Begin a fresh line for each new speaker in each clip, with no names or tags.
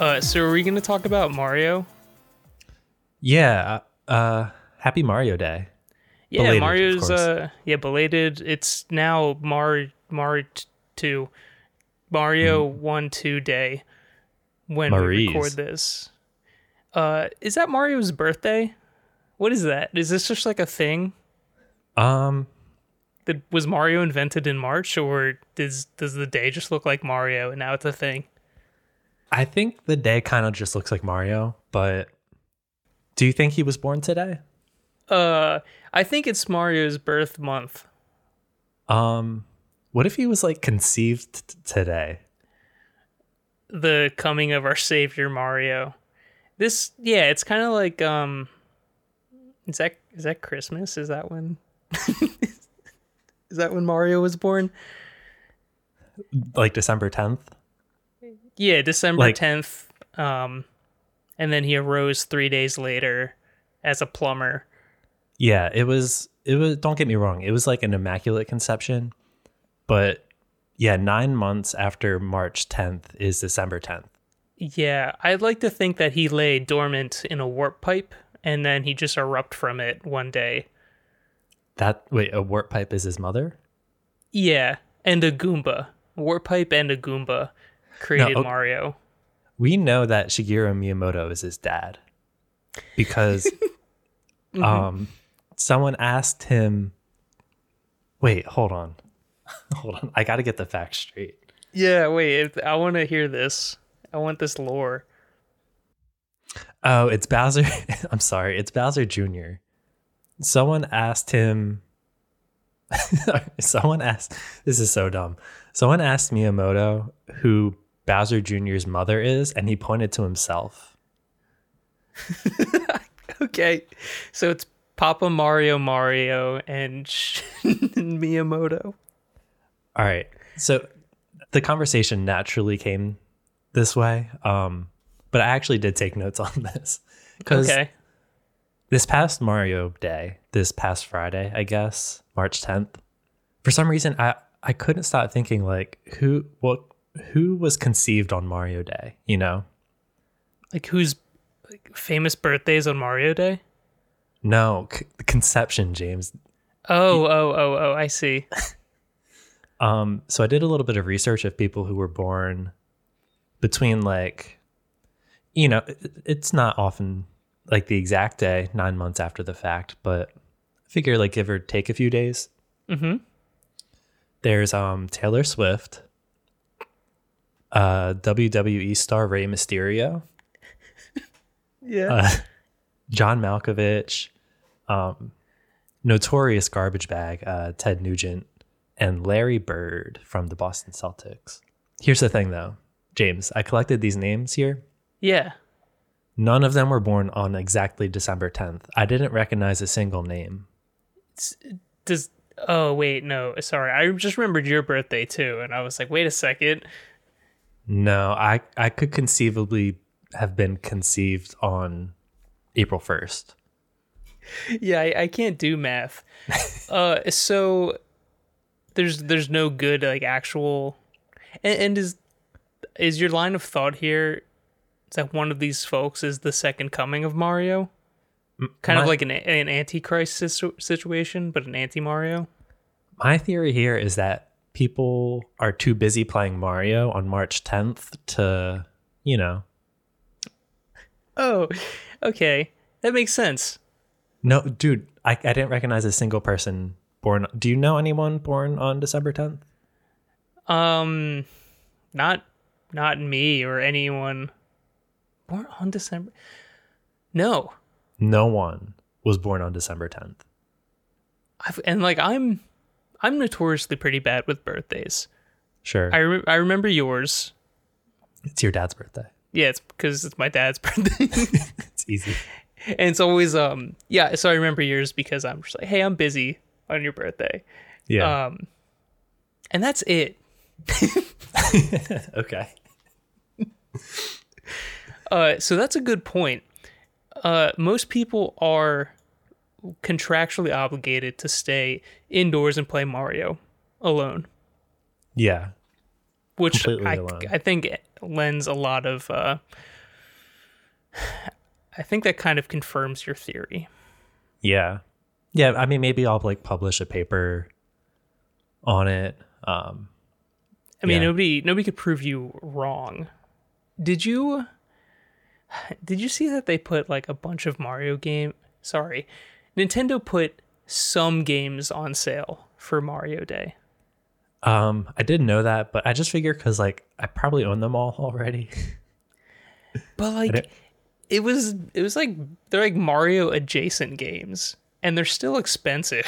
Uh, so are we going to talk about Mario?
Yeah. Uh, happy Mario Day.
Yeah,
Belated, of
Mario's.
course.
Uh, yeah, belated. It's now Mar Mar t- two, Mario
Hmm.
one two day, when
Marie's.
we record this. Uh, is that Mario's birthday? What is that? Is this just like a thing?
Um,
That was Mario invented in March, or does does the day just look like Mario and now it's a thing?
I think the day kind of just looks like Mario, but do you think he was born today?
Uh, I think it's Mario's birth month.
Um, what if he was like conceived t- today?
the coming of our savior Mario. This yeah, it's kind of like um is that is that Christmas? Is that when Is that when Mario was born?
Like December 10th?
Yeah, December
Like-
10th. Um and then he arose 3 days later as a plumber.
Yeah, it was, it was, don't get me wrong, it was like an immaculate conception, but yeah, nine months after March 10th is December 10th.
Yeah, I'd like to think that he lay dormant in a warp pipe and then he just erupt from it one day.
That, wait, a warp pipe is his mother?
Yeah, and a Goomba. Warp pipe and a Goomba created
o-
Mario.
we know that Shigeru Miyamoto is his dad because um someone asked him wait hold on hold on I got to get the facts straight
Yeah, wait. If, I want to hear this. I want this lore.
oh it's Bowser I'm sorry it's Bowser Jr. someone asked him someone asked this is so dumb someone asked Miyamoto who Bowser Jr.'s mother is and he pointed to himself
Okay, so it's Papa Mario, Mario, and Sh- Miyamoto.
All right. So the conversation naturally came this way. Um, but I actually did take notes on this because
Okay.
this past Mario Day, this past Friday, I guess, March 10th, for some reason, I, I couldn't stop thinking like who what who was conceived on Mario Day, you know?
Like whose like, famous birthdays on Mario Day?
No, c- conception, James.
Oh, oh, oh, oh! I see.
Um, so I did a little bit of research of people who were born between like, you know, it- it's not often like the exact day, nine months after the fact, but I figure like give or take a few days.
Mm-hmm.
There's um Taylor Swift, uh WWE star Rey Mysterio,
Yeah.
uh, John Malkovich, um, notorious garbage bag uh, Ted Nugent, and Larry Bird from the Boston Celtics. Here's the thing, though, James. I collected these names here.
yeah.
None of them were born on exactly December 10th. I didn't recognize a single name.
Does oh wait no sorry I just remembered your birthday too and I was like wait a second
No, I I could conceivably have been conceived on April 1st.
yeah I, I can't do math uh so there's there's no good like actual and, and is is your line of thought here is that one of these folks is the second coming of mario kind of
my-
like an an antichrist situ- situation but an anti-mario
My theory here is that people are too busy playing Mario on March 10th to, you know,
oh okay that makes sense
No, dude, I, I didn't recognize a single person born. Do you know anyone born on December 10th?
um not not me or anyone born on december no
No one was born on December 10th.
I've, and like i'm i'm notoriously pretty bad with birthdays
Sure.
I, re- I remember yours.
it's your dad's birthday.
Yeah, it's because it's my dad's birthday,
It's easy.
and it's always um yeah. So I remember yours because I'm just like, hey, I'm busy on your birthday,
Yeah.
um, and that's it.
okay.
Uh, so that's a good point. Uh, most people are contractually obligated to stay indoors and play Mario alone,
Yeah.
which
Completely
I
alone.
I think lends a lot of uh I think that kind of confirms your theory.
Yeah. Yeah. I mean, maybe I'll like publish a paper on it. Um,
I mean,
Yeah.
nobody nobody could prove you wrong. Did you Did you see that they put like a bunch of Mario game, sorry, Nintendo put some games on sale for Mario Day?
um, I didn't know that, but I just figure because like I probably own them all already.
But
don't-
like it was it was like they're like Mario adjacent games and they're still expensive.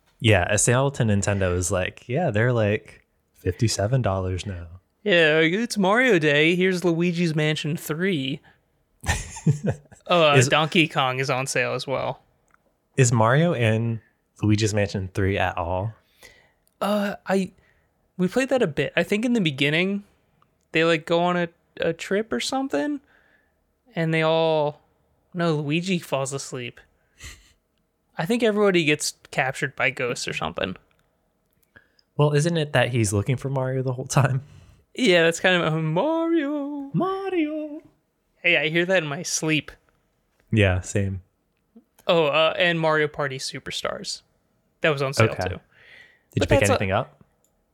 yeah. A sale to Nintendo is like, yeah, they're like $57 now.
yeah, like, it's Mario Day. Here's Luigi's Mansion 3. uh,
Is-
Donkey Kong is on sale as well.
Is Mario in Luigi's Mansion 3 at all?
Uh, I we played that a bit. I think in the beginning, they like go on a, a trip or something, and they all no Luigi falls asleep. I think everybody gets captured by ghosts or something.
Well, isn't it that he's looking for Mario the whole time?
Yeah, that's kind of a Mario.
Mario.
Hey, I hear that in my sleep.
Yeah, same.
Oh, uh, and Mario Party Superstars. That was on sale
Okay.
too.
Did
But
you pick
that's a-
anything up?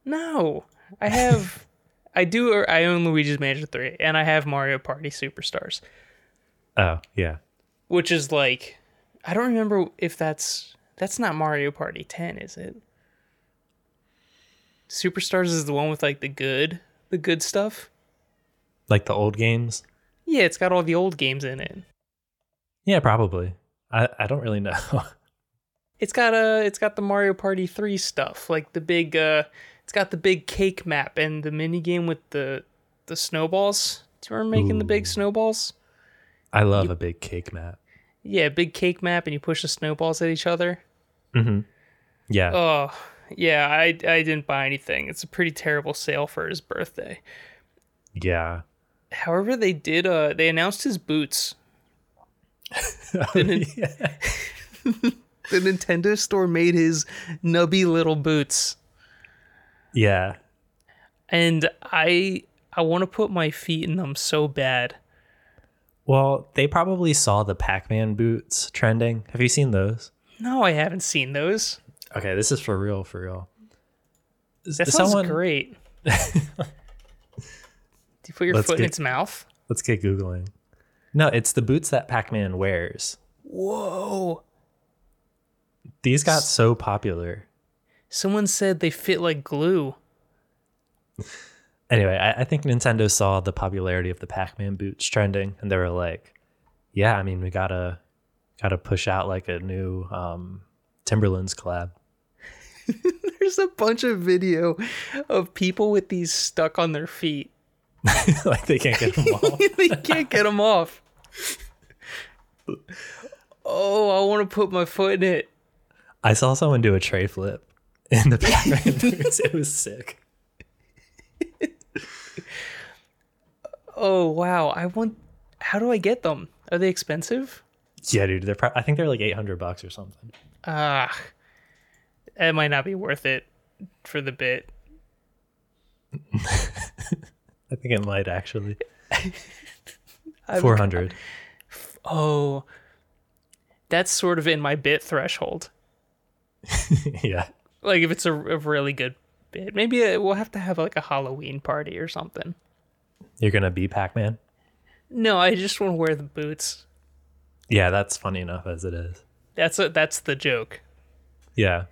No, I have, I do. I own Luigi's Mansion Three, and I have Mario Party Superstars.
Oh, yeah.
which is like I don't remember if that's that's not Mario Party 10, is it? Superstars is the one with like the good, the good stuff.
Like the old games?
Yeah, it's got all the old games in it.
Yeah, probably. I, I don't really know.
It's got uh it's got the Mario Party 3 stuff, like the big uh it's got the big cake map and the mini game with the the snowballs. Do you remember making the big
Ooh.
snowballs?
I love a big cake map.
Yeah, big cake map and you push the snowballs at each other.
hmm Yeah.
Mm-hmm. Oh, yeah, I, I didn't buy anything. It's a pretty terrible sale for his birthday.
Yeah.
However, they did uh they announced his boots. Didn't-
Yeah.
The Nintendo store made his nubby little boots.
yeah.
And I I want to put my feet in them so bad.
Well, they probably saw the Pac Man boots trending. Have you seen those?
No, I haven't seen those.
Okay, this is for real, for real.
That sounds great. Do you put your
Let's
foot in
get-
its mouth?
Let's get Googling. No, it's the boots that Pac Man wears.
Whoa.
These got so popular.
Someone said they fit like glue.
Anyway, I, I think Nintendo saw the popularity of the Pac Man boots trending and they were like, yeah, I mean, we gotta gotta push out like a new um, Timberlands collab.
There's a bunch of video of people with these stuck on their feet. Oh,
like they can't get them off.
they can't get them off. Oh, I want to put my foot in it.
I saw someone do a tray flip in the Pac Man boots. It was sick.
Oh wow, I want. How do I get them? Are they expensive?
Yeah, dude. They're pro- I think they're like 800 bucks or something.
Ah, it might not be worth it for the bit.
I think it might actually.
I'm-
400.
Oh, that's sort of in my bit threshold.
yeah.
Like if it's a, a really good bit, maybe uh we'll have to have like a Halloween party or something.
You're going to be Pac Man?
No, I just want to wear the boots.
Yeah, that's funny enough as it is.
That's a, that's the joke.
Yeah.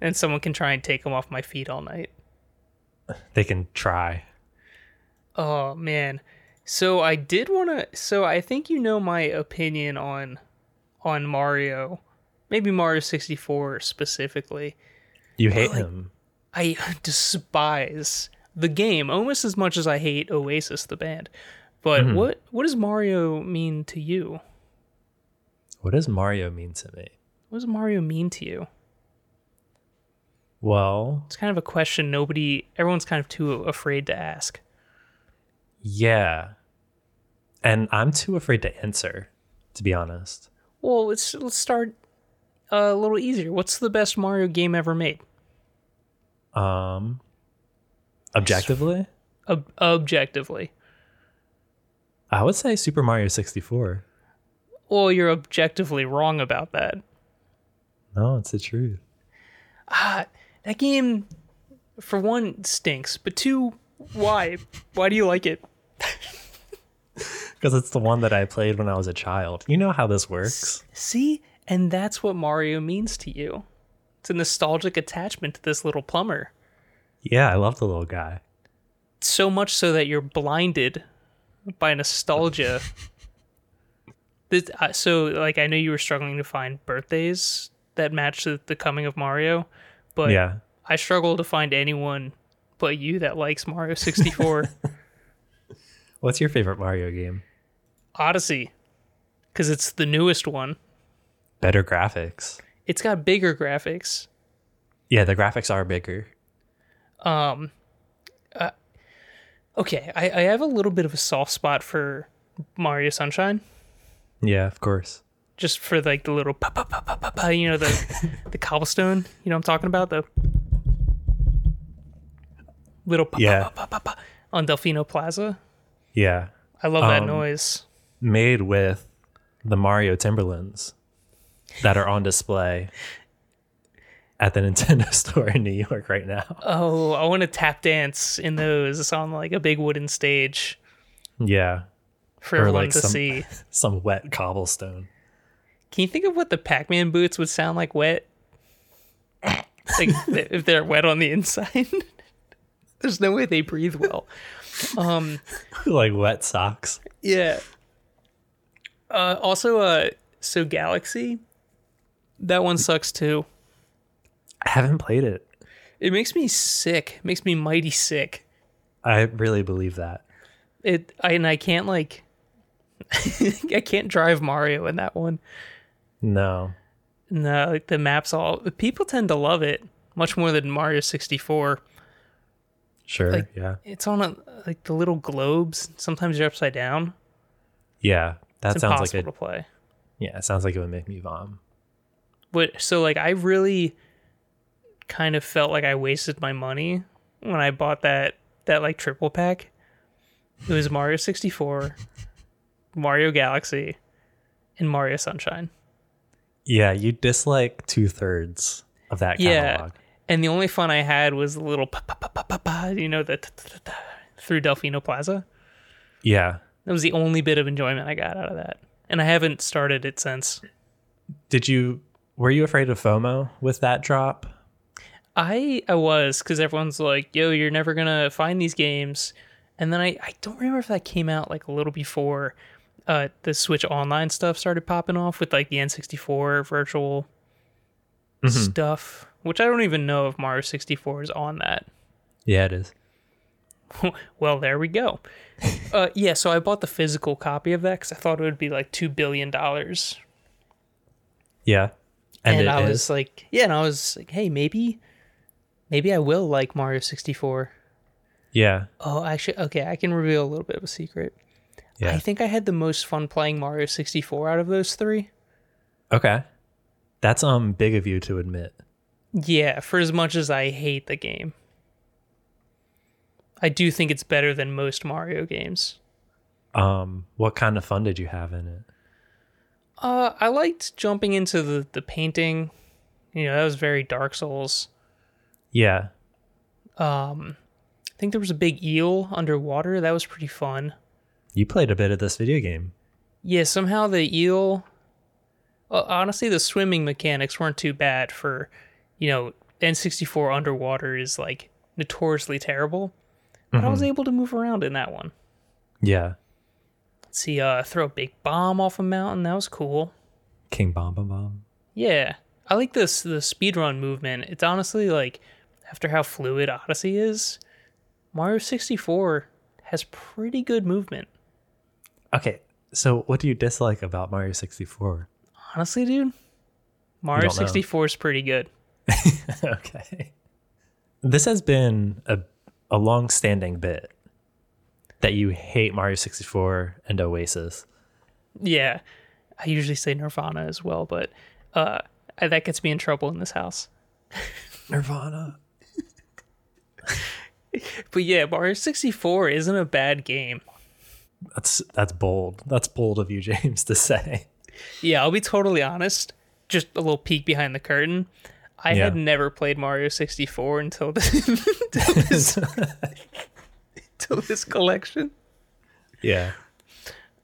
and someone can try and take them off my feet all night.
They can try.
Oh man. So I did want to so I think you know my opinion on on Mario. Maybe Mario 64 specifically.
You hate him.
I despise the game almost as much as I hate Oasis the band. But what what does Mario mean to you?
What does Mario mean to me?
What does Mario mean to you?
Well,
It's kind of a question nobody everyone's kind of too afraid to ask.
yeah. And I'm too afraid to answer, to be honest.
Well, let's let's start uh, a little easier. What's the best Mario game ever made?
Um objectively,
ob- objectively.
I would say Super Mario 64.
Well, you're objectively wrong about that.
No, it's the truth.
Ah, that game, for one, stinks. But two, why? why do you like it?
Because it's the one that I played when I was a child. You know how this works.
See, and that's what Mario means to you. It's a nostalgic attachment to this little plumber.
Yeah, I love the little guy.
So much so that you're blinded by nostalgia. this, uh, so, like, I know you were struggling to find birthdays that match the, the coming of Mario, but
yeah.
I struggle to find anyone but you that likes Mario 64
What's your favorite Mario game?
Odyssey because it's the newest one.
Better graphics.
It's got bigger graphics.
Yeah, the graphics are bigger.
Um, uh, okay, I, I have a little bit of a soft spot for Mario Sunshine,
Yeah, of course.
just for like the little pa pa pa pa pa pa, you know the the cobblestone. You know what I'm talking about the little pa
Yeah.
pa pa pa pa pa on Delfino Plaza.
Yeah.
I love that
Um,
noise.
Made with the Mario Timberlands that are on display at the Nintendo store in New York right now.
Oh, I want to tap dance in those on like a big wooden stage
Yeah.
for
Or,
everyone
like,
to
some-
see.
Some wet cobblestone.
Can you think of what the Pac-Man boots would sound like wet? Like th- if they're wet on the inside. There's no way they breathe well. Um
like wet socks.
yeah. Uh also uh so Galaxy that one sucks too.
I haven't played it.
It makes me sick. It makes me mighty sick.
I really believe that.
It I, and I can't like I can't drive Mario in that one.
No.
No, like the maps all people tend to love it much more than Mario 64.
Sure.
Like-
yeah.
It's on a, like the little globes. Sometimes you're upside down.
Yeah. That
It's
sounds like
impossible to
it.
play.
Yeah, it sounds like it would make me vom.
But so like I really kind of felt like I wasted my money when I bought that that like triple pack. It was Mario 64, Mario Galaxy, and Mario Sunshine.
Yeah, you dislike two thirds of that
Yeah.
catalog.
And the only fun I had was the little pa pa pa pa pa pa, you know, the t- t- t- t- through Delfino Plaza.
Yeah.
That was the only bit of enjoyment I got out of that. And I haven't started it since.
Did you were you afraid of FOMO with that drop?
I I was because everyone's like, "Yo, you're never gonna find these games," and then I I don't remember if that came out like a little before uh, the Switch Online stuff started popping off with like the N64 virtual
Mm-hmm.
stuff, which I don't even know if Mario 64 is on that.
Yeah, it is.
well, there we go. uh, yeah, so I bought the physical copy of that because I thought it would be like two billion dollars
Yeah. And, it is.
I was like, yeah, and I was like, hey, maybe, maybe I will like Mario 64.
yeah.
Oh, actually, okay, I can reveal a little bit of a secret.
Yeah.
I think I had the most fun playing Mario 64 out of those three.
okay. That's um big of you to admit.
Yeah, for as much as I hate the game, I do think it's better than most Mario games.
Um what kind of fun did you have in it?
Uh, I liked jumping into the, the painting. You know, that was very Dark Souls.
Yeah.
Um, I think there was a big eel underwater. That was pretty fun.
You played a bit of this video game.
Yeah, somehow the eel. Uh, honestly, the swimming mechanics weren't too bad for, you know, N64 underwater is like notoriously terrible. But I
Mm-hmm.
was able to move around in that one.
Yeah.
Let's see, uh, throw a big bomb off a mountain. That was cool.
King Bomb Bomb Bomb.
Yeah, I like this the speedrun movement. It's honestly like after how fluid Odyssey is, Mario 64 has pretty good movement.
Okay. So what do you dislike about Mario 64?
Honestly, dude, Mario
don't know.
64 is pretty good.
okay. This has been a a long-standing bit that you hate Mario 64 and Oasis.
Yeah, I usually say Nirvana as well, but uh, I- that gets me in trouble in this house.
Nirvana.
But yeah, Mario 64 isn't a bad game.
That's that's bold. That's bold of you, James, to say.
Yeah, I'll be totally honest. Just a little peek behind the curtain. I
Yeah.
had never played Mario 64 until this, until this, until this collection.
yeah.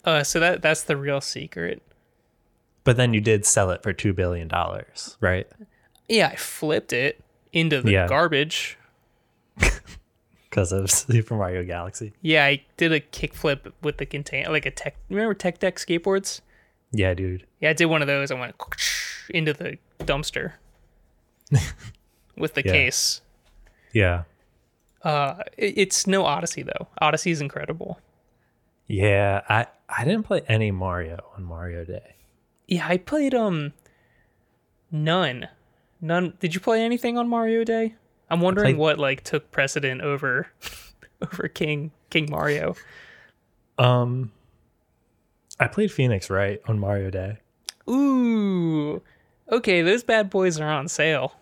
Uh, so that that's the real secret.
But then you did sell it for two billion dollars, right?
Yeah, I flipped it into the
Yeah.
garbage.
Because of Super Mario Galaxy.
Yeah, I did a kickflip with the contain like a tech. Remember tech deck skateboards?
Yeah, dude.
Yeah, I did one of those. I went into the dumpster with the
Yeah.
case.
Yeah.
Uh, it- it's no Odyssey though. Odyssey is incredible.
Yeah. I I didn't play any Mario on Mario Day.
Yeah, I played um none, none. Did you play anything on Mario Day? I'm wondering
played-
what like took precedent over over King King Mario.
Um I played Phoenix Wright on Mario Day.
Ooh, okay, those bad boys are on sale.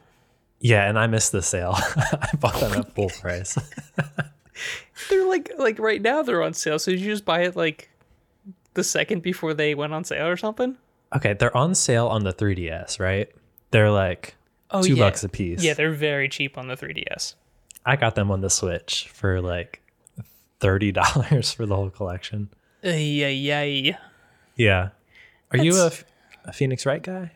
Yeah, and I missed the sale. I bought that at full price.
They're like like right now they're on sale. So did you just buy it like the second before they went on sale or something?
Okay, they're on sale on the 3DS, right? They're like
Oh,
two
yeah.
bucks a piece.
Yeah, they're very cheap on the 3DS.
I got them on the Switch for like thirty dollars for the whole collection.
Uh, Yeah, yeah.
Yeah. Are you a,
That's-
a Phoenix Wright guy?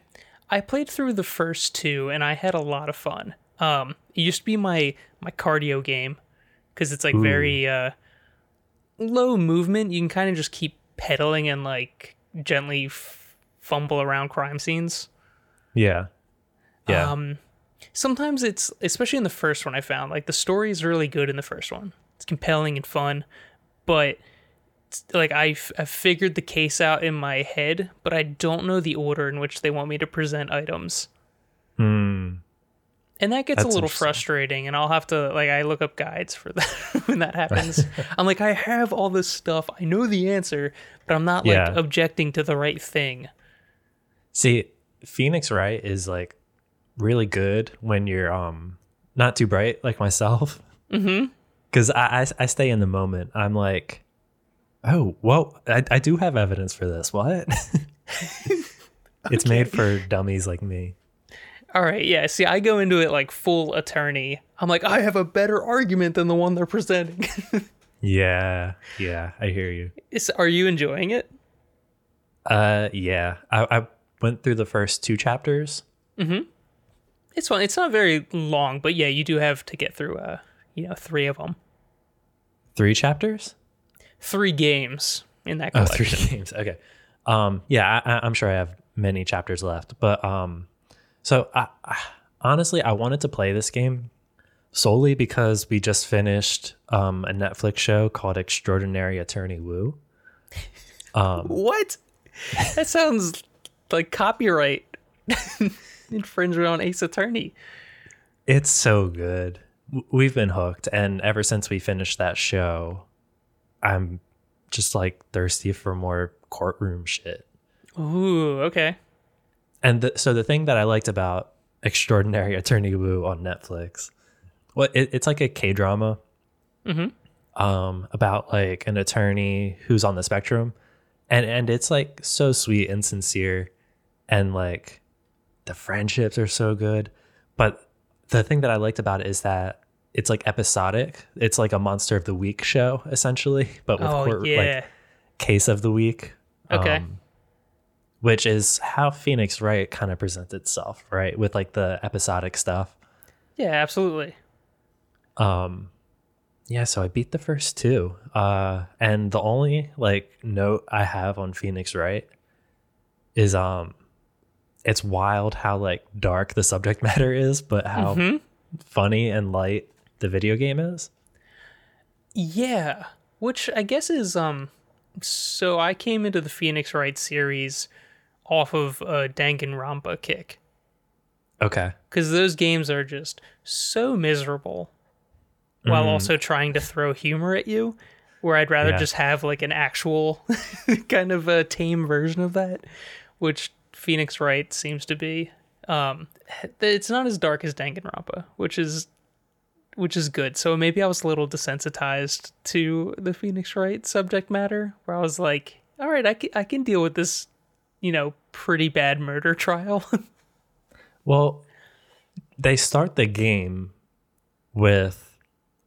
I played through the first two and I had a lot of fun. Um, it used to be my my cardio game because it's like very uh, low movement. You can kind of just keep pedaling and like gently f- fumble around crime scenes.
Yeah. Yeah.
Um, sometimes it's especially in the first one I found like the story is really good in the first one. It's compelling and fun, but it's- like I f- I figured the case out in my head, but I don't know the order in which they want me to present items. And that gets
Hmm. That's
a little
interesting.
frustrating, and I'll have to like I look up guides for that when that happens. I'm like, I have all this stuff, I know the answer, but I'm not like
Yeah.
objecting to the right thing.
See, Phoenix Wright is like really good when you're um not too bright like myself. Mm-hmm. Cause I, I I stay in the moment. I'm like, oh, well, I, I do have evidence for this. What? It's made for dummies like me.
All right, yeah. See, I go into it like full attorney. I'm like, I have a better argument than the one they're presenting.
Yeah. Yeah. I hear you.
Is, are you enjoying it?
Uh yeah. I, I went through the first two chapters.
It's fun. It's not very long, but yeah, you do have to get through uh, you know, three of them,
Three chapters?
three games in that
Oh,
collection.
three games. Okay. Um, yeah, I, I- I'm sure I have many chapters left, but um, so I, I, honestly, I wanted to play this game solely because we just finished um, a Netflix show called Extraordinary Attorney Woo.
What? that sounds like copyright infringement on Ace Attorney.
It's so good. W- We've been hooked, and ever since we finished that show, I'm just like thirsty for more courtroom shit.
Ooh, okay.
and the, so the thing that I liked about Extraordinary Attorney Woo on Netflix, well, it, it's like a K drama, um, about like an attorney who's on the spectrum, and and it's like so sweet and sincere, and like the friendships are so good, but the thing that I liked about it is that it's like episodic. It's like a Monster of the Week show essentially, but with
oh
court, like
yeah.
case of the week. um,
Okay.
which is how Phoenix Wright kind of presents itself, right? With like the episodic stuff.
yeah, absolutely.
Um yeah, so I beat the first two. Uh and the only like note I have on Phoenix Wright is um it's wild how like dark the subject matter is, but how funny and light the video game is.
Yeah, which I guess is um. So I came into the Phoenix Wright series off of a Danganronpa kick
Okay.
because those games are just so miserable, while also trying to throw humor at you. Where I'd rather
Yeah.
just have like an actual kind of a tame version of that, which Phoenix Wright seems to be. Um, it's not as dark as Danganronpa, which is which is good. So maybe I was a little desensitized to the Phoenix Wright subject matter, where I was like, all right, I can, I can deal with this, you know, pretty bad murder trial.
Well, they start the game with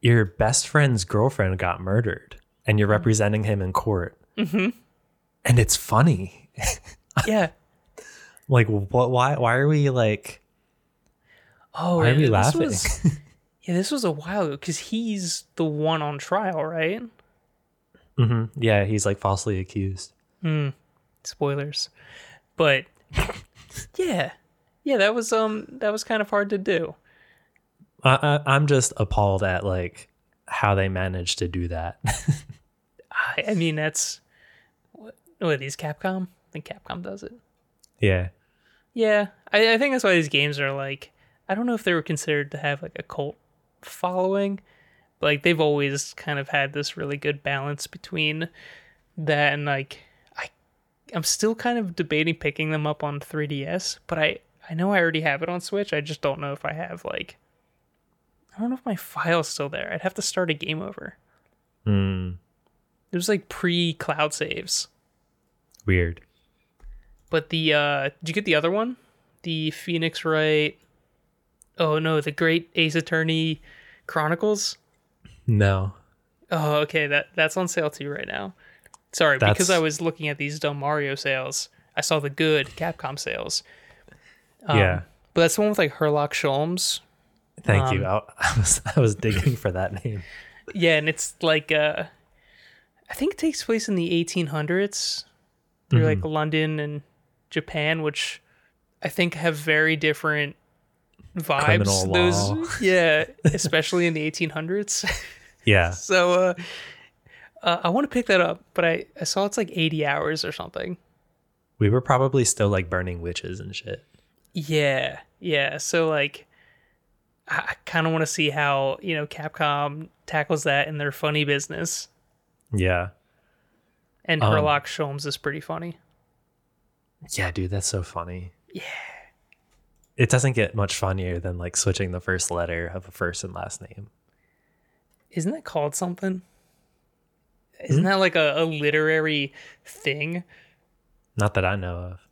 your best friend's girlfriend got murdered and
Mm-hmm.
you're representing him in court.
Mhm.
And it's funny.
yeah.
Like what why why are we like
Oh,
why are we
this
laughing?
was- yeah, this was a while ago because he's the one on trial, right?
hmm Yeah, he's like falsely accused.
Spoilers, but yeah, yeah, that was um, that was kind of hard to do.
I, I I'm just appalled at like how they managed to do that.
I, I mean, that's what, what is Capcom? I think Capcom does it.
yeah.
Yeah, I, I think that's why these games are like. I don't know if they were considered to have like a cult following, but like they've always kind of had this really good balance between that and like I, I'm still kind of debating picking them up on 3DS, but I I know I already have it on Switch. I just don't know if I have like. I don't know if my file's still there. I'd have to start a game over.
Hmm.
It was like pre cloud saves.
Weird.
But the uh did you get the other one? The Phoenix Wright Oh no, the Great Ace Attorney Chronicles?
No.
Oh, okay, that that's on sale too right now. Sorry, because
That's-
I was looking at these dumb Mario sales. I saw the good Capcom sales. Um,
yeah.
But that's the one with like Herlock Sholmes.
Thank you.
um,
I, I was I was digging for that name.
Yeah, and it's like uh I think it takes place in the 1800s through
Mm-hmm.
like London and Japan, which I think have very different vibes.
Criminal
Those
law.
yeah, especially in the 1800s.
Yeah.
so uh, uh I want to pick that up, but I I saw it's like 80 hours or something.
We were probably still like burning witches and shit.
Yeah, yeah. So like, I, I kind of want to see how you know Capcom tackles that in their funny business,
Yeah.
and
Um,
Herlock Sholmes is pretty funny.
Yeah, dude, that's so funny. Yeah. It doesn't get much funnier than like switching the first letter of a first and last name.
Isn't that called something? Isn't
Hmm?
that like a, a literary thing?
Not that I know of.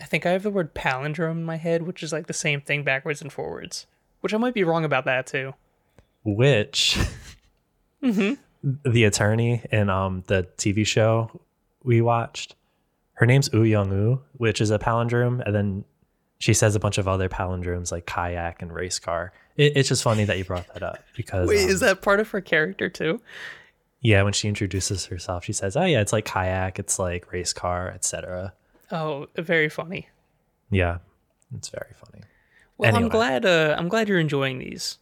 I think I have the word palindrome in my head, which is like the same thing backwards and forwards. Which I might be wrong about that too.
Which the attorney in um the TV show we watched, her name's U Young U, which is a palindrome, and then she says a bunch of other palindromes like kayak and race car. It, it's just funny that you brought that up because um,
that part of her character too?
Yeah, when she introduces herself, she says, "Oh yeah, it's like kayak, it's like race car, etc."
Oh, very funny.
Yeah, it's very funny.
Well, I'm
Anyway.
glad. Uh, I'm glad you're enjoying these.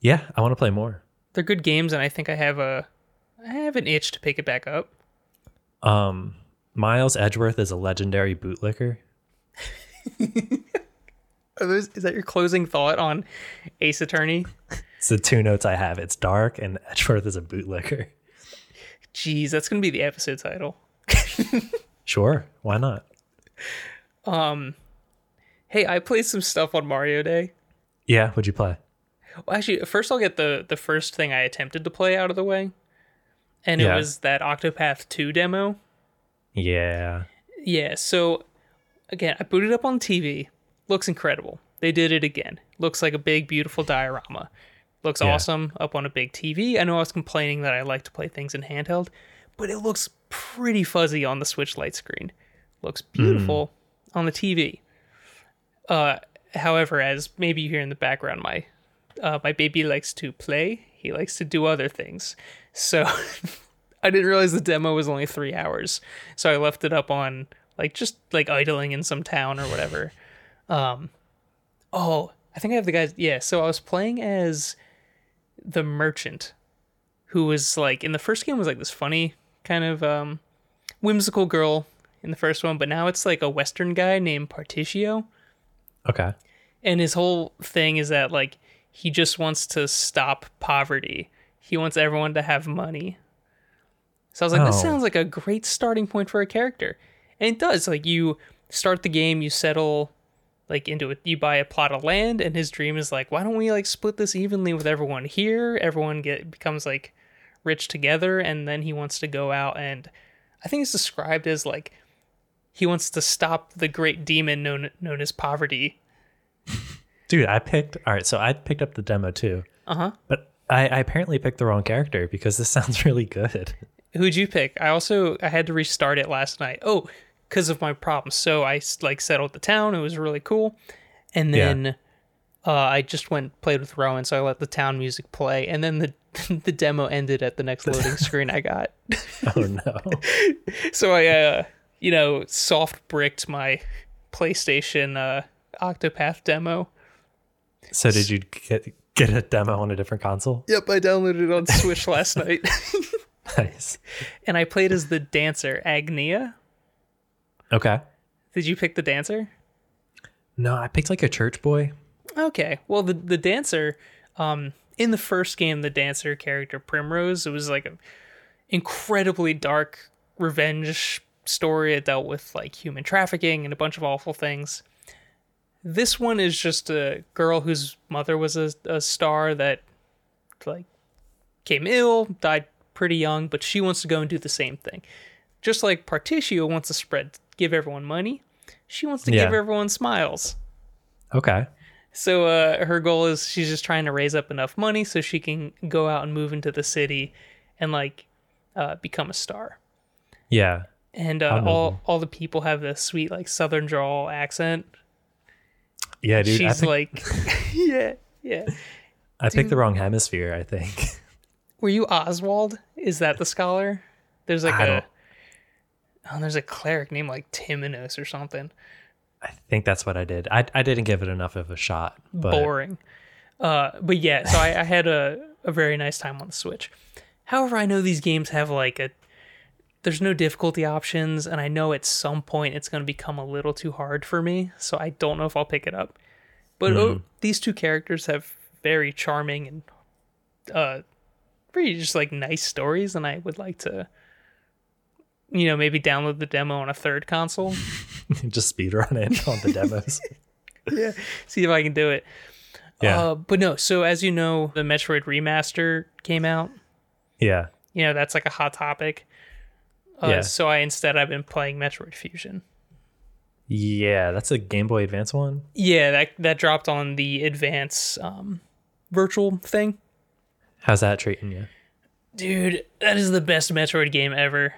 Yeah, I want to play more.
They're good games, and I think I have a, I have an itch to pick it back up.
Um, Miles Edgeworth is a legendary bootlicker.
Are those, is that your closing thought on Ace Attorney?
It's the two notes I have. It's dark, and Edgeworth is a bootlicker.
Jeez, that's gonna be the episode title.
Sure, why not?
Hey, I played some stuff on Mario Day.
Yeah, would you play?
Well, actually, first I'll get the the first thing I attempted to play out of the way, and
Yeah.
it was that Octopath Two demo.
Yeah,
Yeah. So again, I booted up on TV. Looks incredible. They did it again. Looks like a big, beautiful diorama. Looks
Yeah.
awesome up on a big TV. I know I was complaining that I like to play things in handheld, but it looks pretty fuzzy on the Switch light screen. Looks beautiful on the TV. Uh, however, as maybe you hear in the background, my uh, my baby likes to play. He likes to do other things. So I didn't realize the demo was only three hours, so I left it up on like just like idling in some town or whatever. Um, oh, I think I have the guys. Yeah, so I was playing as the merchant, who was like in the first game was like this funny kind of um, whimsical girl in the first one, but now it's like a Western guy named Particio
okay.
and his whole thing is that like he just wants to stop poverty. He wants everyone to have money. So I was like,
Oh.
this sounds like a great starting point for a character, and it does. Like you start the game, you settle like into it you buy a plot of land and his dream is like why don't we like split this evenly with everyone here everyone get becomes like rich together and then he wants to go out and i think it's described as like he wants to stop the great demon known known as poverty
Dude, I picked. All right, so I picked up the demo too,
uh-huh
but I, I apparently picked the wrong character because this sounds really good.
who'd you pick i also i had to restart it last night oh because of my problems so i s- like settled the town it was really cool and
Yeah.
then uh, i just went played with rowan so i let the town music play and then the the demo ended at the next loading screen i got
Oh no.
so i uh you know soft bricked my playstation uh octopath demo
so did you get get a demo on a different console?
yep i downloaded it on switch last night
Nice.
and i played as the dancer agnea
Okay.
did you pick the dancer
No, I picked like a church boy.
Okay. Well, the the dancer, um, in the first game, the dancer character Primrose, it was like an incredibly dark revenge story. It dealt with like human trafficking and a bunch of awful things. This one is just a girl whose mother was a, a star that like came ill, died pretty young, but she wants to go and do the same thing. Just like Particio wants to spread, give everyone money, she wants to
Yeah.
give everyone smiles.
Okay.
So uh, her goal is she's just trying to raise up enough money so she can go out and move into the city and like uh, become a star.
Yeah.
And
How
uh,
noble.
all all the people have this sweet like southern drawl accent.
Yeah, dude. I
she's
picked,
like, yeah, yeah.
I picked the wrong hemisphere. I think.
Were you Oswald? Is that the scholar? There's like
I
a
don't-
oh, there's a cleric named like Timonos or something.
I think that's what I did. I I didn't give it enough of a shot. But
boring. Uh, but yeah, so I, I had a, a very nice time on the Switch. However, I know these games have like a there's no difficulty options, and I know at some point it's going to become a little too hard for me, so I don't know if I'll pick it up. But oh, these two characters have very charming and uh, pretty just like nice stories, and I would like to, you know, maybe download the demo on a third console.
just speedrun it on the demos.
yeah. See if I can do it.
Yeah.
Uh, but no, so as you know, the Metroid remaster came out.
yeah.
You know, that's like a hot topic. Uh,
Yeah.
So I instead I've been playing Metroid Fusion.
Yeah. That's a Game Boy Advance one.
Yeah, that that dropped on the advance um, virtual thing.
How's that treating you?
Dude, that is the best Metroid game ever.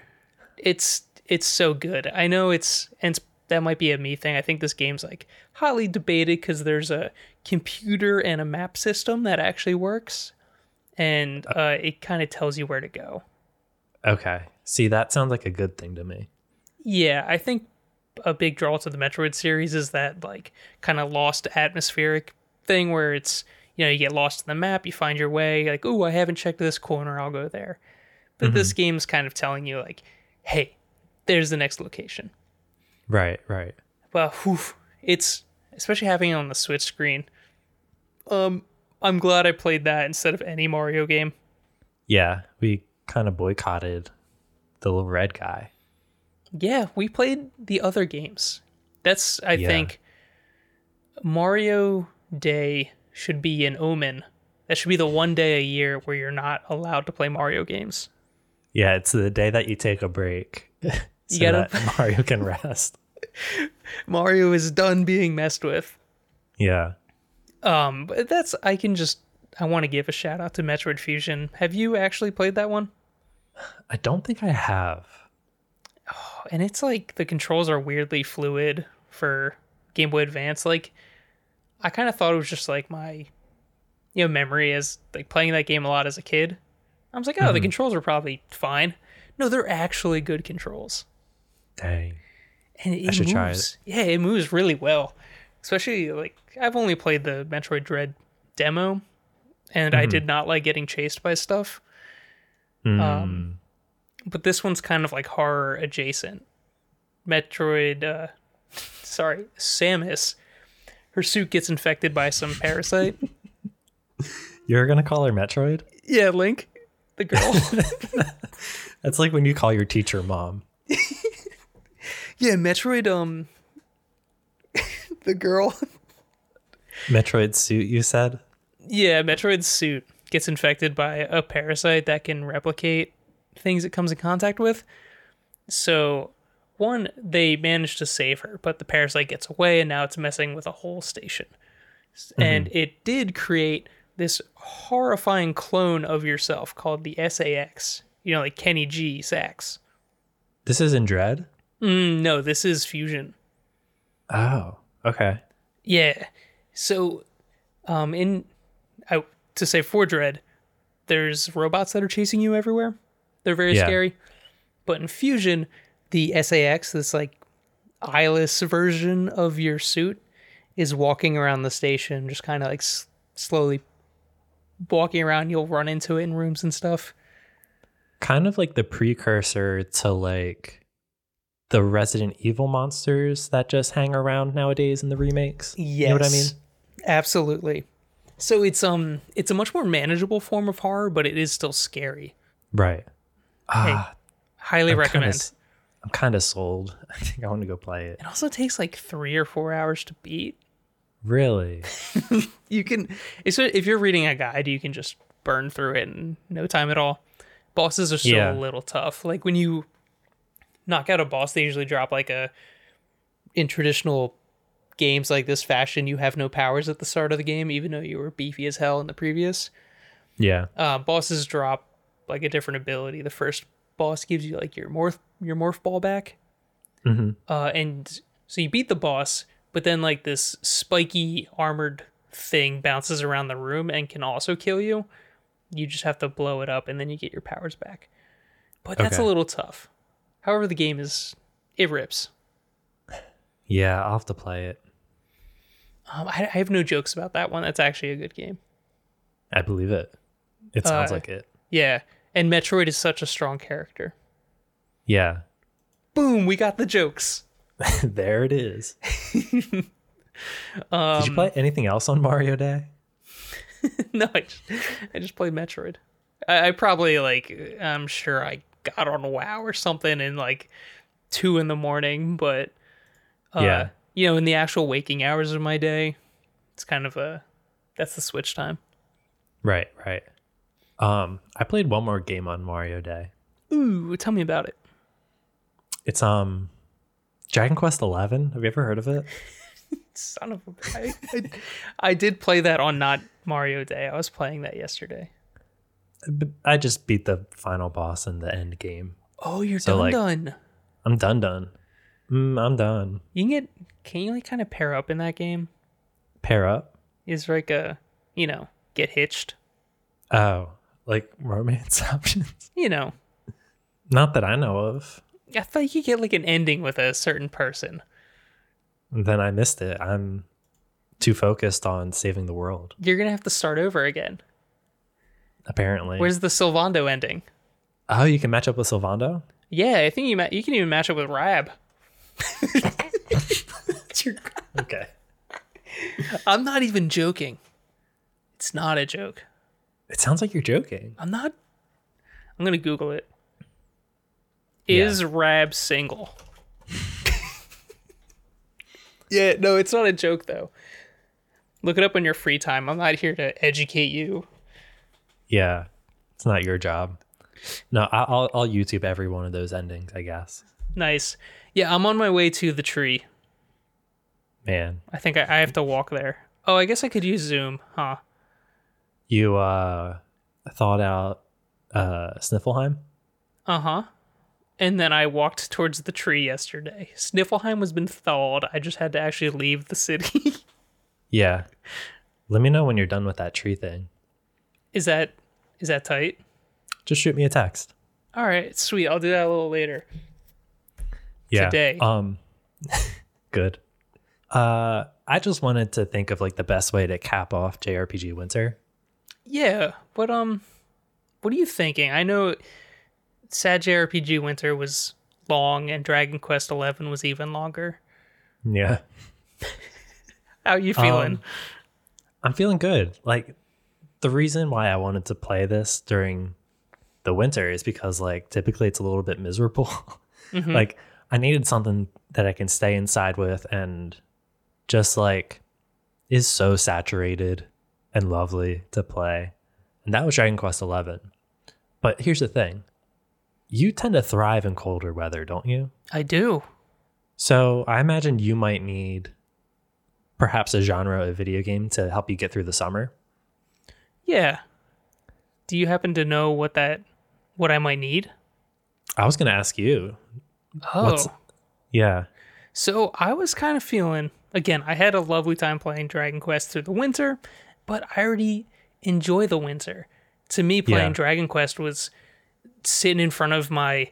It's it's so good. I know it's and it's, that might be a me thing. I think this game's like hotly debated because there's a computer and a map system that actually works, and uh, it kind of tells you where to go.
Okay. See, that sounds like a good thing to me.
Yeah, I think a big draw to the Metroid series is that like kind of lost atmospheric thing where it's you know you get lost in the map, you find your way, like oh I haven't checked this corner, I'll go there. But this game's kind of telling you like, hey, there's the next location.
Right. Right.
Well, whew, it's especially having it on the Switch screen. Um, I'm glad I played that instead of any Mario game.
Yeah. We kind of boycotted the little red guy.
Yeah, we played the other games. That's I
Yeah.
think Mario Day should be an omen. That should be the one day a year where you're not allowed to play Mario games.
Yeah, it's the day that you take a break so
gotta-
that Mario can rest.
Mario is done being messed with.
Yeah.
Um, but that's I can just I want to give a shout out to Metroid Fusion. Have you actually played that one?
I don't think I have.
and it's like the controls are weirdly fluid for Game Boy Advance. Like, I kind of thought it was just like my, you know, memory as like playing that game a lot as a kid. I was like, oh, the controls are probably fine. No, they're actually good controls,
Dang.
and it
I should
moves.
try
Yeah, it moves really well. Especially like I've only played the Metroid Dread demo, and I did not like getting chased by stuff. Um, but this one's kind of like horror adjacent. Metroid, uh, sorry, Samus. Her suit gets infected by some parasite.
You're going to call her Metroid?
yeah, Link, the girl.
That's like when you call your teacher mom.
yeah, Metroid. Um, the girl.
Metroid suit, you said?
yeah, Metroid's suit gets infected by a parasite that can replicate things it comes in contact with. So, one, they manage to save her, but the parasite gets away and now it's messing with a whole station. S- And it did create this horrifying clone of yourself called the SAX. You know, like Kenny G. Sax.
This is in Dread?
Mm, no, this is Fusion.
Oh, okay.
Yeah. So, um, in I, to say for Dread, there's robots that are chasing you everywhere. They're very
Yeah.
scary. But in Fusion, the SAX, this like eyeless version of your suit, is walking around the station, just kind of like s- slowly walking around. You'll run into it in rooms and stuff.
Kind of like the precursor to like the Resident Evil monsters that just hang around nowadays in the remakes. You know what I mean?
Yes, Absolutely. So it's um it's a much more manageable form of horror, but it is still scary.
Right. Ah,
Highly
I'm kinda
recommend.
s- I'm kind of sold. I think I want to go play it.
It also takes like three or four hours to beat.
Really?
You can, it's a- if you're reading a guide, you can just burn through it in no time at all. Bosses are still
Yeah.
a little tough. Like when you knock out a boss, they usually drop like a. In traditional games like this fashion, you have no powers at the start of the game, even though you were beefy as hell in the previous.
Yeah.
Uh, bosses drop like a different ability. The first boss gives you like your morph your morph ball back.
hmm
uh, and so you beat the boss, but then like this spiky armored thing bounces around the room and can also kill you. You just have to blow it up, and then you get your powers back. But that's
Okay.
a little tough. However, the game is it rips.
Yeah, I'll have to play it.
Um, I, I have no jokes about that one. That's actually a good game.
I believe it. It sounds
Uh,
like it.
Yeah, and Metroid is such a strong character.
Yeah.
Boom, we got the jokes.
there it is. Did you play anything else on Mario Day?
no, I just, I just played Metroid. I, I probably like I'm sure I got on WoW or something in like two in the morning, but uh,
Yeah.
you know, in the actual waking hours of my day, it's kind of a that's the switch time.
Right, right. Um, I played one more game on Mario Day.
Ooh, tell me about it.
It's um Dragon Quest Eleven. Have you ever heard of it?
Son of a I, I, I did play that on not Mario Day. I was playing that yesterday.
B- I just beat the final boss in the end game.
Oh, you're
So,
done
like-
done.
I'm done done. Mm, I'm done.
You can get can you like kind of pair up in that game?
Pair up.
Is like a you know, get hitched.
Oh, like romance options?
You know,
Not that I know of.
I thought you could get like an ending with a certain person.
Then I missed it. I'm too focused on saving the world,
You're gonna have to start over again.
apparently.
Where's the Silvando ending?
oh, you can match up with Silvando?
Yeah, I think you ma- you can even match it with Rab.
Okay.
I'm not even joking. It's not a joke.
It sounds like you're joking.
I'm not. I'm gonna Google it. Is Rab single? yeah, no, it's not a joke though. Look it up in your free time. I'm not here to educate you.
Yeah, it's not your job. No, I- I'll I'll YouTube every one of those endings. I guess.
Nice. Yeah, I'm on my way to the tree.
Man,
I think I, I have to walk there. Oh, I guess I could use Zoom, huh?
you uh thought out uh Sniffleheim.
Uh huh. And then I walked towards the tree yesterday. Sniffleheim has been thawed. I just had to actually leave the city.
Yeah. Let me know when you're done with that tree thing.
is that is that tight?
Just shoot me a text.
All right, sweet. I'll do that a little later.
Yeah.
Today.
Um. good. Uh, I just wanted to think of like the best way to cap off JRPG winter.
Yeah, but um, what are you thinking? I know Sad JRPG Winter was long, and Dragon Quest Eleven was even longer.
Yeah.
How you feeling?
Um, I'm feeling good. Like the reason why I wanted to play this during the winter is because like typically it's a little bit
Hmm. Mm-hmm.
miserable. like I needed something that I can stay inside with and just like is so saturated and lovely to play. And that was Dragon Quest Eleven. But here's the thing. You tend to thrive in colder weather, don't you?
I do.
So I imagine you might need perhaps a genre of video game to help you get through the summer.
Yeah. Do you happen to know what that what I might need?
I was going to ask you.
Oh.
What's- Yeah.
So I was kind of feeling again, I had a lovely time playing Dragon Quest through the winter, but I already enjoy the winter. To me, playing
Yeah.
Dragon Quest was sitting in front of my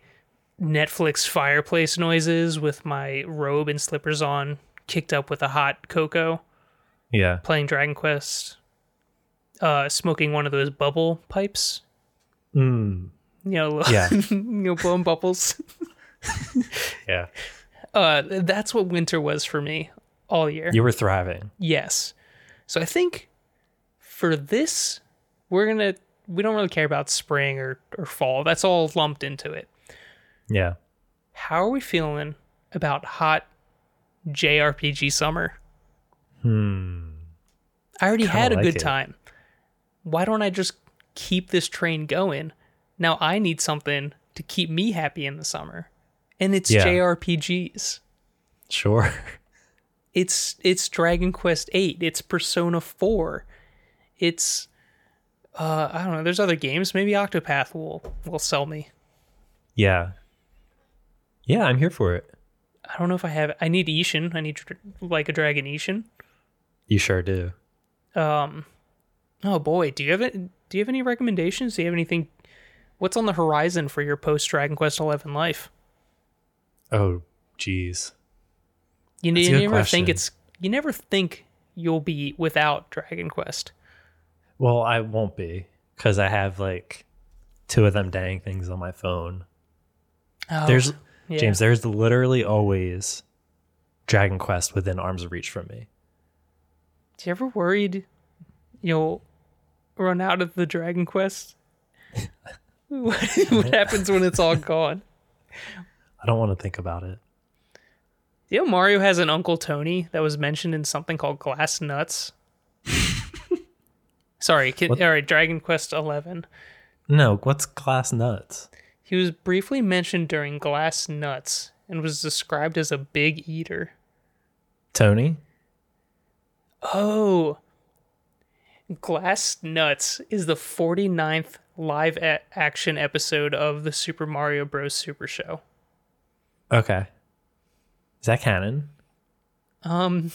Netflix fireplace noises with my robe and slippers on, kicked up with a hot cocoa,
Yeah.
playing Dragon Quest, uh, smoking one of those bubble pipes.
Mm.
You know,
Yeah.
you know, blowing bubbles.
Yeah.
Uh, that's what winter was for me all year.
You were thriving.
Yes. So I think for this, we're gonna we don't really care about spring or, or fall. That's all lumped into it.
Yeah.
How are we feeling about hot JRPG summer?
Hmm.
I already
Kinda
had a
like
good
it.
time. Why don't I just keep this train going? Now I need something to keep me happy in the summer. And it's
Yeah.
JRPGs.
Sure.
it's it's Dragon Quest 8, it's Persona 4. It's uh I don't know, there's other games, maybe Octopath will will sell me.
Yeah. Yeah, I'm here for it.
I don't know if I have I need Ishin, I need dr- like a Dragon Ishin.
You sure do.
Um Oh boy, do you have it do you have any recommendations? Do you have anything what's on the horizon for your post Dragon Quest 11 life?
Oh, geez.
You,
That's a
you
good
never think
question.
it's you never think you'll be without Dragon Quest.
Well, I won't be because I have like two of them dang things on my phone.
Oh,
there's
yeah.
James. There's literally always Dragon Quest within arm's reach from me.
Do you ever worried you'll run out of the Dragon Quest? what, what happens when it's all gone?
I don't want to think about it.
You know, Mario has an Uncle Tony that was mentioned in something called Glass Nuts. Sorry, can,
What?
all right, Dragon Quest Eleven.
No, what's glass nuts?
He was briefly mentioned during Glass Nuts and was described as a big eater.
Tony?
Oh, Glass Nuts is the 49th live a- action episode of the Super Mario Bros. Super Show.
Okay. Is that canon?
Um,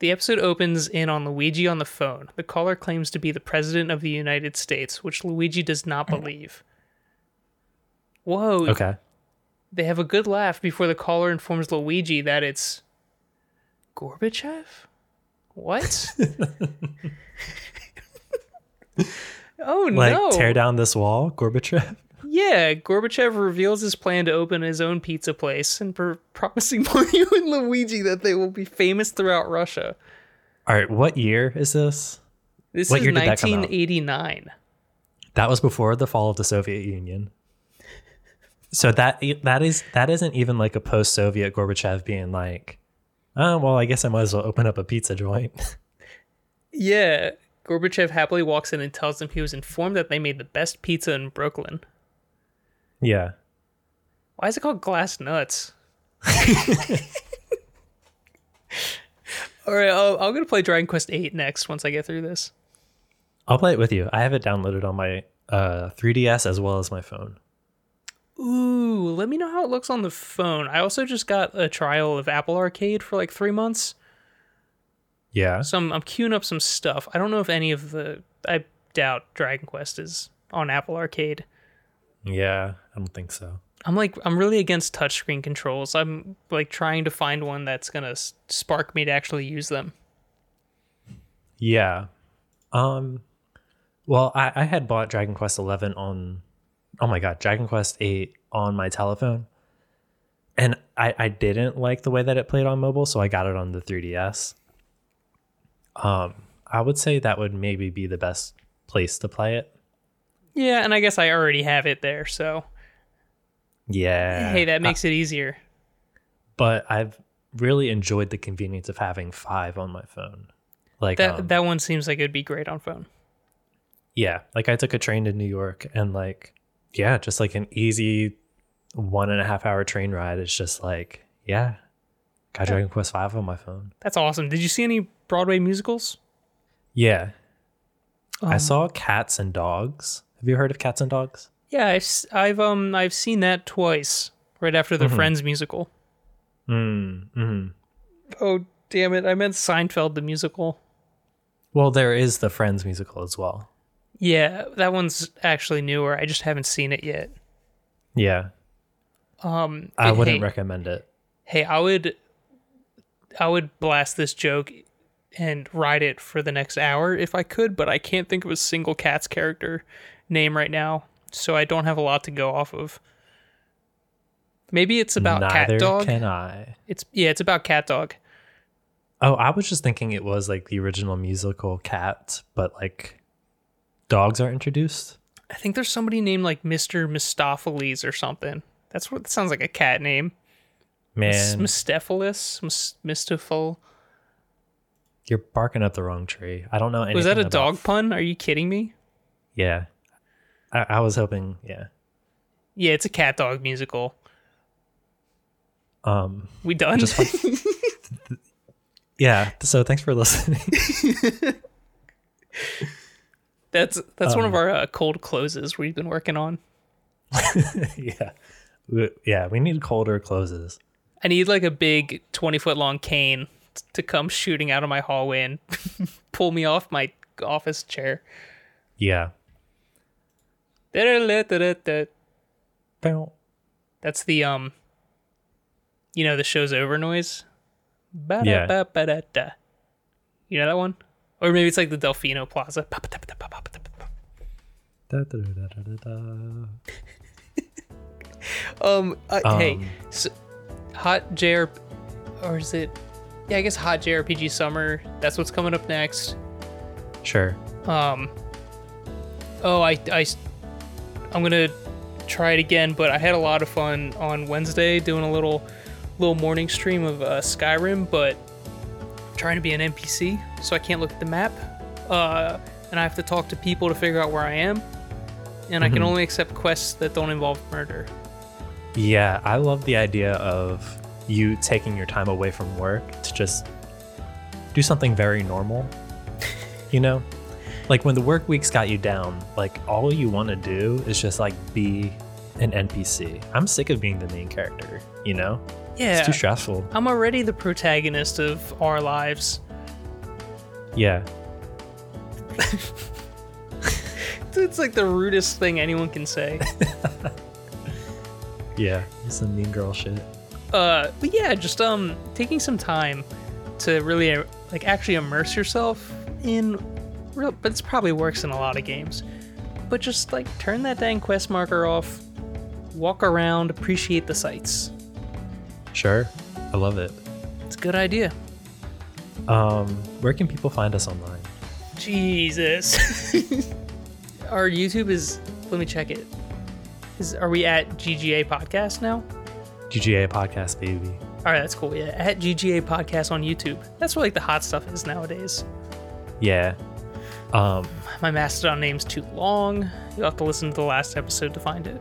the episode opens in on Luigi on the phone. The caller claims to be the president of the United States, which Luigi does not believe. Whoa!
Mm-hmm. Okay.
They have a good laugh before the caller informs Luigi that it's Gorbachev. What? oh
Like
no!
tear down this wall, Gorbachev?
Yeah, Gorbachev reveals his plan to open his own pizza place and pr- promising Mario and Luigi that they will be famous throughout Russia.
All right, what year is this?
This
What
is
year did that come out?
1989.
That was before the fall of the Soviet Union. So that that is that isn't even like a post-Soviet Gorbachev being like, oh well, I guess I might as well open up a pizza joint.
Yeah, Gorbachev happily walks in and tells them he was informed that they made the best pizza in Brooklyn.
yeah,
Why is it called glass nuts? All right, I'll, I'm gonna play Dragon Quest VIII next once I get through this.
I'll play it with you. I have it downloaded on my uh, 3DS as well as my phone.
Ooh, let me know how it looks on the phone. I also just got a trial of Apple Arcade for like three months,
Yeah,
so I'm, I'm queuing up some stuff. I don't know if any of the I doubt Dragon Quest is on Apple Arcade.
yeah, I don't think so.
I'm like I'm really against touchscreen controls. I'm like trying to find one that's gonna s- spark me to actually use them.
Yeah. Um well I, I had bought Dragon Quest eleven on oh my god, Dragon Quest eight on my telephone. And I, I didn't like the way that it played on mobile, so I got it on the 3DS. Um I would say that would maybe be the best place to play it.
Yeah, and I guess I already have it there, so
Yeah.
hey, that makes it easier.
Uh, but I've really enjoyed the convenience of having five on my phone. Like
That
um,
that one seems like it'd be great on phone.
yeah, like I took a train to New York and like yeah, just like an easy one and a half hour train ride. It's just like yeah, got Dragon Quest Five on my phone.
That's awesome. Did you see any Broadway musicals?
Yeah, I
Um,
saw Cats and Dogs. Have you heard of Cats and Dogs?
Yeah, I've, s- I've um I've seen that twice. Right after
Mm-hmm.
the Friends musical.
Mm, mm.
Oh damn it! I meant Seinfeld the musical.
Well, there is the Friends musical as well.
Yeah, that one's actually newer. I just haven't seen it yet.
Yeah,
Um,
I
hey-
wouldn't recommend it.
Hey, I would, I would blast this joke and ride it for the next hour if I could, but I can't think of a single cat's character name right now, so I don't have a lot to go off of. Maybe it's about
Neither
cat dog.
can I.
It's yeah, it's about cat dog.
Oh, I was just thinking it was like the original musical Cats, but like dogs are introduced.
I think there's somebody named like Mister Mistopheles or something. That's what that sounds like a cat name.
Man,
Mistepheles, Mis- Misteful.
you're barking up the wrong tree. I don't know anything.
Was that a
about-
dog pun? Are you kidding me?
Yeah, I, I was hoping. Yeah.
Yeah, it's a cat dog musical.
Um.
We done?
Just Yeah. So thanks for listening.
that's that's
Um,
one of our uh, cold closes we've been working on.
yeah. We- Yeah. We need colder closes.
I need like a big twenty foot long cane t- to come shooting out of my hallway and pull me off my office chair.
Yeah.
That's
Bow.
the um, you know, the show's over noise.
Yeah.
Ba-da-ba-ba-da-da. You know that one, or maybe it's like the Delfino Plaza.
Da, da, da, da, da, da.
Um, uh, hey,
Um,
s hot JR, or is it? Yeah, I guess hot JRPG summer. That's what's coming up next.
Sure.
Um, oh, I, I, am gonna try it again, but I had a lot of fun on Wednesday doing a little, little morning stream of uh, Skyrim, but trying to be an NPC, so I can't look at the map, uh, and I have to talk to people to figure out where I am, and I can only accept quests that don't involve murder.
Yeah, I love the idea of you taking your time away from work to just do something very normal. You know? Like when the work week's got you down, like all you want to do is just like be an NPC. I'm sick of being the main character, you know?
Yeah,
It's too stressful.
I'm already the protagonist of our lives.
Yeah.
It's like the rudest thing anyone can say.
Yeah. Some mean girl shit.
uh but yeah just um taking some time to really uh, like actually immerse yourself in real but this probably works in a lot of games but just like turn that dang quest marker off walk around appreciate the sights
Sure. I love it.
it's a good idea
Um, where can people find us online?
jesus our youtube is let me check it is are we at gga podcast now
GGA podcast baby.
all right that's cool yeah at gga podcast on youtube that's where like the hot stuff is nowadays
Yeah. Um,
My Mastodon name's too long. You'll have to listen to the last episode to find it.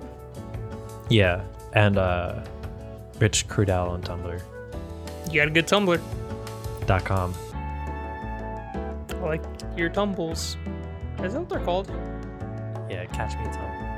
Yeah, and uh, Rich Crudell on Tumblr.com.
You got a good Tumblr. I like your tumbles. Is that what they're called?
Yeah, catch me, Tumblr.